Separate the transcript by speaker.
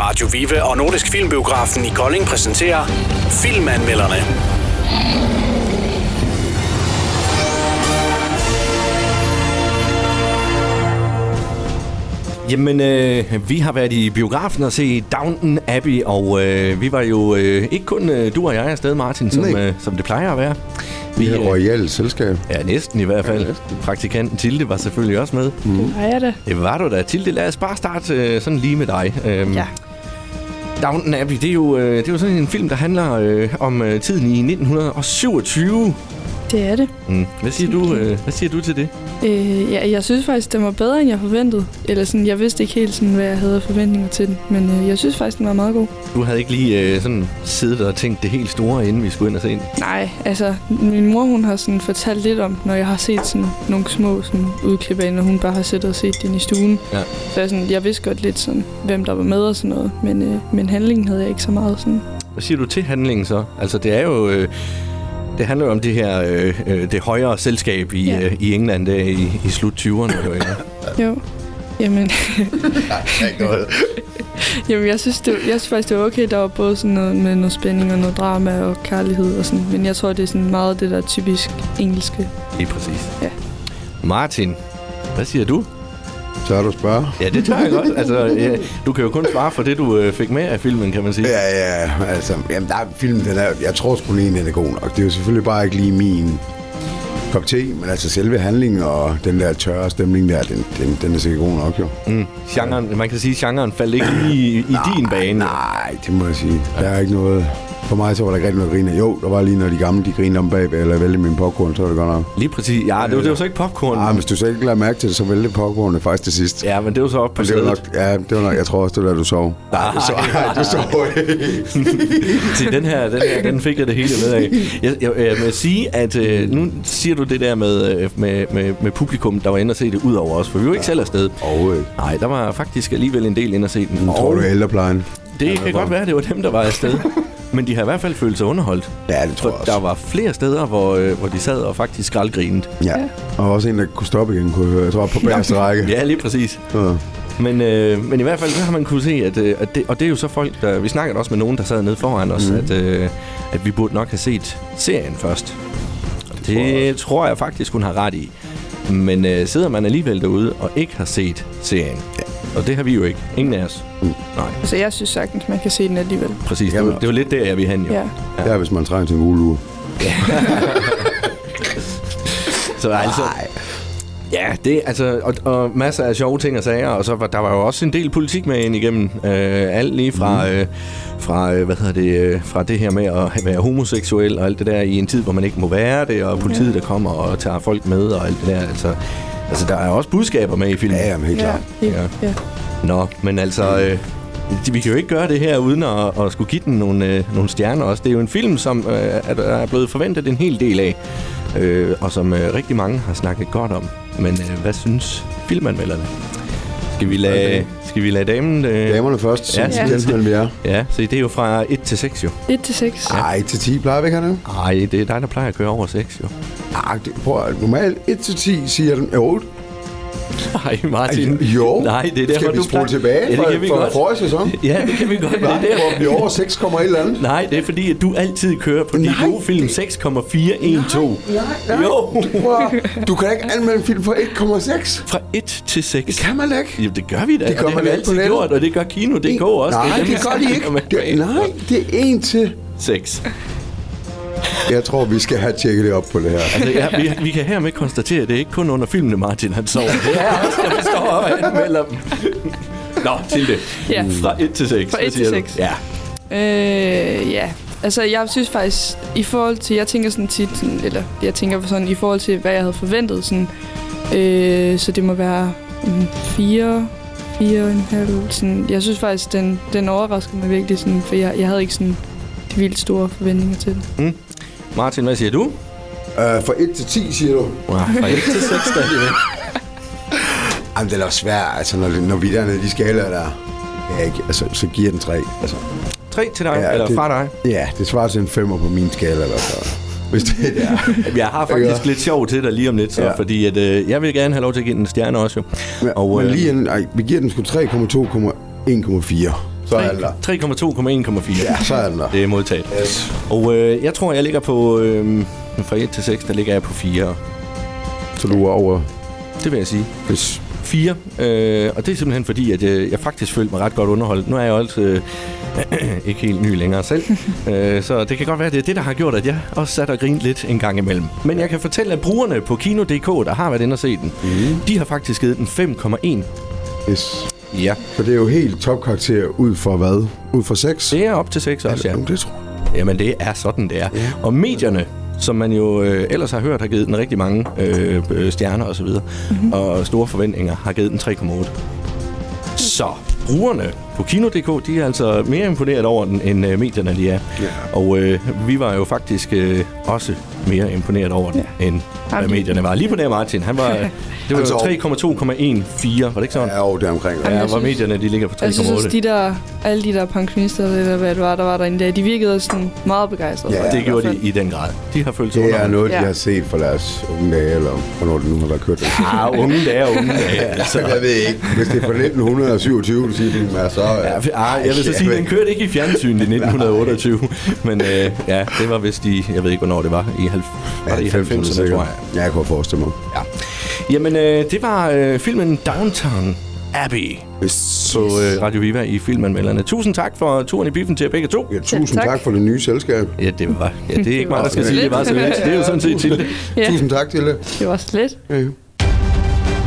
Speaker 1: Radio Vive og Nordisk Filmbiografen i Kolding præsenterer Filmanmelderne.
Speaker 2: Jamen, øh, vi har været i biografen og set Downton Abbey, og øh, vi var jo øh, ikke kun øh, du og jeg afsted, Martin, som,
Speaker 3: Nej.
Speaker 2: øh, som det plejer at være.
Speaker 3: Vi øh, er royale selskab.
Speaker 2: Ja, næsten Mm. i hvert fald. Praktikanten Tilde var selvfølgelig også med.
Speaker 4: Har jeg det?
Speaker 2: Det var du da. Tilde, lad os bare starte øh, sådan lige med dig. Øhm,
Speaker 4: Ja.
Speaker 2: Downton Abbey, det er, jo, øh, det er jo sådan en film, der handler øh, om øh, tiden i 1927.
Speaker 4: Det er det.
Speaker 2: Mm. Hvad, siger du, øh, hvad siger du til det?
Speaker 4: Øh, ja, jeg synes faktisk, den var bedre, end jeg forventede. Eller sådan, jeg vidste ikke helt, sådan, hvad jeg havde af forventninger til den. Men øh, jeg synes faktisk, den var meget god.
Speaker 2: Du havde ikke lige øh, sådan siddet og tænkt det helt store, inden vi skulle ind og se den.
Speaker 4: Nej, altså, min mor hun har sådan fortalt lidt om den, når jeg har set sådan nogle små sådan, udklip af hende, og hun bare har siddet og set den i stuen.
Speaker 2: Ja.
Speaker 4: Så jeg, sådan, jeg vidste godt lidt, sådan, hvem der var med og sådan noget, men, øh, men handlingen havde jeg ikke så meget sådan.
Speaker 2: Hvad siger du til handlingen så? Altså, det er jo... Øh, det handler jo om det her, øh, øh, det højere selskab i,
Speaker 4: Ja.
Speaker 2: ja. øh, i England der i, i slut 20'erne. jo, ikke?
Speaker 4: Jo. Jamen,
Speaker 3: Ikke noget.
Speaker 4: Jamen, jeg synes, det, jeg synes faktisk, det var okay. Der var både sådan noget med noget spænding og noget drama og kærlighed og sådan. Men jeg tror, det er sådan meget det der typisk engelske.
Speaker 2: Lige præcis.
Speaker 4: Ja.
Speaker 2: Martin, hvad siger du?
Speaker 3: Så er du spørger.
Speaker 2: Ja, det tør jeg godt. Altså, ja, du kan jo kun svare for det, du øh, fik med af filmen, kan man sige.
Speaker 3: Ja, ja, altså, jamen, der er filmen, den er, jeg tror sgu lige, den er god nok. Det er jo selvfølgelig bare ikke lige min kop te, men altså selve handlingen og den der tørre stemning der, den, den, den er sikkert god nok jo.
Speaker 2: Mm. Genren, man kan sige, at genren faldt ikke lige i, i din bane.
Speaker 3: Nej, det må jeg sige. Der er ikke noget... For mig så var der ikke rigtig noget griner. Jo, der var lige, når de gamle, de grinede om bagved, eller vælte min popcorn, så var det godt nok.
Speaker 2: Lige præcis. Ja, det var, det var så ikke popcorn.
Speaker 3: Nej, hvis du så ikke lader mærke til det, så vælte popcornet faktisk til sidst.
Speaker 2: Ja, men det var så op på
Speaker 3: Men det var
Speaker 2: sædet.
Speaker 3: nok, ja, det var nok, jeg tror også, det var der, du sov.
Speaker 2: Nej.
Speaker 3: Så, ej, du sov ikke.
Speaker 2: Se, den her, den her, den fik jeg det hele med af. Jeg, jeg, jeg må sige, at øh, nu siger du det der med, øh, med, med, med publikum, der var inde og se det ud over os, for vi var ikke selv afsted.
Speaker 3: Overhovedet.
Speaker 2: Nej, der var faktisk alligevel en del inde og se den.
Speaker 3: Tror
Speaker 2: Og
Speaker 3: du ældreplejen?
Speaker 2: det kan godt være, det var dem, der var afsted. Men de har i hvert fald følt sig underholdt.
Speaker 3: Ja, det tror
Speaker 2: For
Speaker 3: jeg også.
Speaker 2: der var flere steder, hvor, øh, hvor de sad og faktisk skraldgrinede.
Speaker 3: Ja. Og også en, der kunne stoppe igen, kunne jeg høre. Jeg tror, på bagerste række.
Speaker 2: Ja, lige præcis.
Speaker 3: Ja.
Speaker 2: Men, øh, men i hvert fald, så har man kunne se, at, øh, at det, og det er jo så folk, der, vi snakkede også med nogen, der sad nede foran os, mm. at, øh, at vi burde nok have set serien først. Det, det tror, jeg tror jeg faktisk, hun har ret i. Men øh, sidder man alligevel derude og ikke har set serien, ja. og det har vi jo ikke, ingen af os. Mm. Nej,
Speaker 4: Altså, jeg synes sagtens, man kan se den alligevel.
Speaker 2: præcis. Det,
Speaker 3: Jamen.
Speaker 2: var- det var lidt der, jeg ville hen, jo.
Speaker 4: Ja.
Speaker 3: Det er, hvis man trænger til en ugelure.
Speaker 2: Så altså... Ja, det altså, og, og masser af sjove ting og sager, og så var der var jo også en del politik med ind igennem. Øh, alt lige
Speaker 3: Mm.
Speaker 2: fra, øh, fra, øh, hvad hedder det, øh, fra det her med at være homoseksuel og alt det der i en tid, hvor man ikke må være det, og politiet, der kommer og tager folk med og alt det der. Altså, altså der er også budskaber med i filmen.
Speaker 3: Ja, jamen helt
Speaker 4: Ja,
Speaker 3: klart.
Speaker 4: helt,
Speaker 2: Ja.
Speaker 4: ja.
Speaker 2: Nå, men altså, øh, de- vi kan jo ikke gøre det her uden at, at skulle give den nogle, øh, nogle stjerner også. Det er jo en film, som øh, er, der er blevet forventet en hel del af, øh, og som øh, rigtig mange har snakket godt om. Men øh, hvad synes filmanmelderne? Skal vi lade, skal vi lade damen... Øh,
Speaker 3: Damerne først, så
Speaker 2: Ja.
Speaker 3: ja. gentlemen vi er.
Speaker 2: Ja, se, det er jo fra 1 til 6 jo.
Speaker 4: 1 til 6.
Speaker 3: Ej, til 10 plejer vi ikke at have det?
Speaker 2: Nej, det er dig, der plejer at køre over 6 jo.
Speaker 3: Ej, det, prøv at, normalt 1 til 10 siger den 8.
Speaker 2: Nej, Martin.
Speaker 3: Ej, jo.
Speaker 2: Nej, det er derfor,
Speaker 3: Skal vi
Speaker 2: du
Speaker 3: spole
Speaker 2: plejer-
Speaker 3: tilbage
Speaker 2: ja, det
Speaker 3: fra-
Speaker 2: kan vi
Speaker 3: fra
Speaker 2: godt.
Speaker 3: forrige sæson?
Speaker 2: Ja, det kan vi godt. Det er
Speaker 3: Nej,
Speaker 2: derfor,
Speaker 3: hvor vi over 6 kommer et eller andet.
Speaker 2: Nej, det er fordi, at du altid kører på de
Speaker 3: Nej,
Speaker 2: gode film 6,412.
Speaker 3: Nej, nej.
Speaker 2: Jo.
Speaker 3: Prøv at- Du kan da ikke anmelde en film for 1,6.
Speaker 2: Fra 1 til 6.
Speaker 3: Det kan man da ikke.
Speaker 2: Jamen, det gør vi da.
Speaker 3: Det gør
Speaker 2: og det
Speaker 3: man
Speaker 2: har vi
Speaker 3: ikke på
Speaker 2: altid
Speaker 3: nettet.
Speaker 2: gjort, og det gør Kino.dk også.
Speaker 3: Nej, det gør de ikke. Det, nej, det er 1 til...
Speaker 2: 6.
Speaker 3: Jeg tror, vi skal have tjekket det op på det her.
Speaker 2: Altså, ja, vi, vi kan hermed konstatere, at det er ikke kun under filmene, Martin han sover. Det er også, når vi står og anmelder dem. Nå, til det.
Speaker 4: Ja.
Speaker 2: Fra 1 til 6.
Speaker 4: Fra et til seks.
Speaker 2: Ja.
Speaker 4: Øh, ja. Altså, jeg synes faktisk, i forhold til, jeg tænker sådan tit, sådan, eller jeg tænker sådan, i forhold til, hvad jeg havde forventet, sådan, øh, så det må være mm, fire, fire og en halv, sådan, jeg synes faktisk, den, den overraskede mig virkelig, sådan, for jeg, jeg havde ikke sådan de vildt store forventninger til den.
Speaker 2: Martin, hvad siger du?
Speaker 3: Uh, fra 1 til 10, siger du?
Speaker 2: Nej, fra 1 til 6 stadigvæk.
Speaker 3: Jamen, den er svær, altså, når, når vi er dernede i de skalaer der. Ja, ikke, altså, så giver den 3. Altså,
Speaker 2: 3 til dig,
Speaker 3: ja,
Speaker 2: ja, eller fra dig.
Speaker 3: Ja, det svarer til en 5'er på min skala, eller så. Hvis det er der.
Speaker 2: Jeg har faktisk lidt sjov til dig lige om lidt, så, ja.
Speaker 3: Ja.
Speaker 2: fordi at, øh, jeg vil gerne have lov til at give den en stjerne også. Jo.
Speaker 3: Men, og, men lige inden, ej, vi giver den sgu 3,2,1,4. Så er den der.
Speaker 2: 3,2,1,4.
Speaker 3: Ja, så er den der.
Speaker 2: Det er modtaget.
Speaker 3: Yes.
Speaker 2: Og øh, jeg tror, jeg ligger på... Øh, fra 1 til 6, der ligger jeg på 4.
Speaker 3: Så du er over...
Speaker 2: Det vil jeg sige.
Speaker 3: Yes.
Speaker 2: 4. Øh, og det er simpelthen fordi, at øh, jeg faktisk følte mig ret godt underholdt. Nu er jeg jo altså øh, ikke helt ny længere selv. øh, så det kan godt være, at det er det, der har gjort, at jeg også sat og grint lidt en gang imellem. Men jeg kan fortælle, at brugerne på Kino.dk, der har været inde og set den,
Speaker 3: Mhm.
Speaker 2: mm. de har faktisk givet den 5,1.
Speaker 3: yes.
Speaker 2: Ja.
Speaker 3: Så det er jo helt topkarakter ud for hvad? Ud for 6?
Speaker 2: Det er op til 6 også, ja.
Speaker 3: Jamen, det tror jeg.
Speaker 2: Jamen, det er sådan, det er. Og medierne, som man jo øh, ellers har hørt, har givet den rigtig mange øh, øh, stjerner osv. Mm-hmm. Og store forventninger har givet den 3,8. Så brugerne på Kino.dk, de er altså mere imponeret over den, end øh, medierne lige er.
Speaker 3: Ja.
Speaker 2: Og øh, vi var jo faktisk øh, også mere imponeret over den, ja. end hvad
Speaker 4: Jamen,
Speaker 2: medierne var. Lige på nær Martin, han var... øh, Det var
Speaker 3: Altså, over-
Speaker 2: jo 3,2,14, var det ikke sådan?
Speaker 3: Ja, jo, det er omkring. Ja.
Speaker 2: Ja,
Speaker 4: jeg
Speaker 2: hvor
Speaker 4: synes-
Speaker 2: medierne de ligger på 3,8.
Speaker 4: Altså, Jeg synes også, de der, alle de der pensionister, eller hvad det var, der var derinde der, de virkede sådan meget begejstrede.
Speaker 3: Ja,
Speaker 4: for
Speaker 2: det
Speaker 4: i hvert
Speaker 2: gjorde de
Speaker 4: fald.
Speaker 2: i den grad. De har følt sig
Speaker 3: Det er
Speaker 2: underholdt.
Speaker 3: noget, de
Speaker 4: Ja.
Speaker 3: har set fra deres unge dage, eller hvornår det nu har været kørt.
Speaker 2: Ah, unge dage er unge dage. Altså.
Speaker 3: Jeg ved ikke. Hvis det er fra 1927, du siger, filmen er så... øh,
Speaker 2: Ja, f- ah, jeg vil så sige, at den kørte ikke i fjernsynet i 1928, men øh, ja, det var vist i, jeg ved ikke, hvornår det var, i, halv, var det i 90'erne, tror jeg.
Speaker 3: Ja, jeg kunne forestille mig.
Speaker 2: Ja. Jamen, øh, det var øh, filmen Downtown Abbey på øh, Radio Viva i Filmanmelderne. Tusind tak for turen i biffen til jer begge to.
Speaker 3: Ja, tusind
Speaker 4: tak.
Speaker 3: tak for det nye selskab.
Speaker 2: Ja, det var. Ja, det er ikke
Speaker 4: var
Speaker 2: mig, der skal
Speaker 3: så
Speaker 2: sige, det
Speaker 4: lidt.
Speaker 2: var så lidt. Det er jo sådan set til det.
Speaker 4: Ja.
Speaker 3: Tusind tak, Tille.
Speaker 4: Det var slet.
Speaker 3: Ja.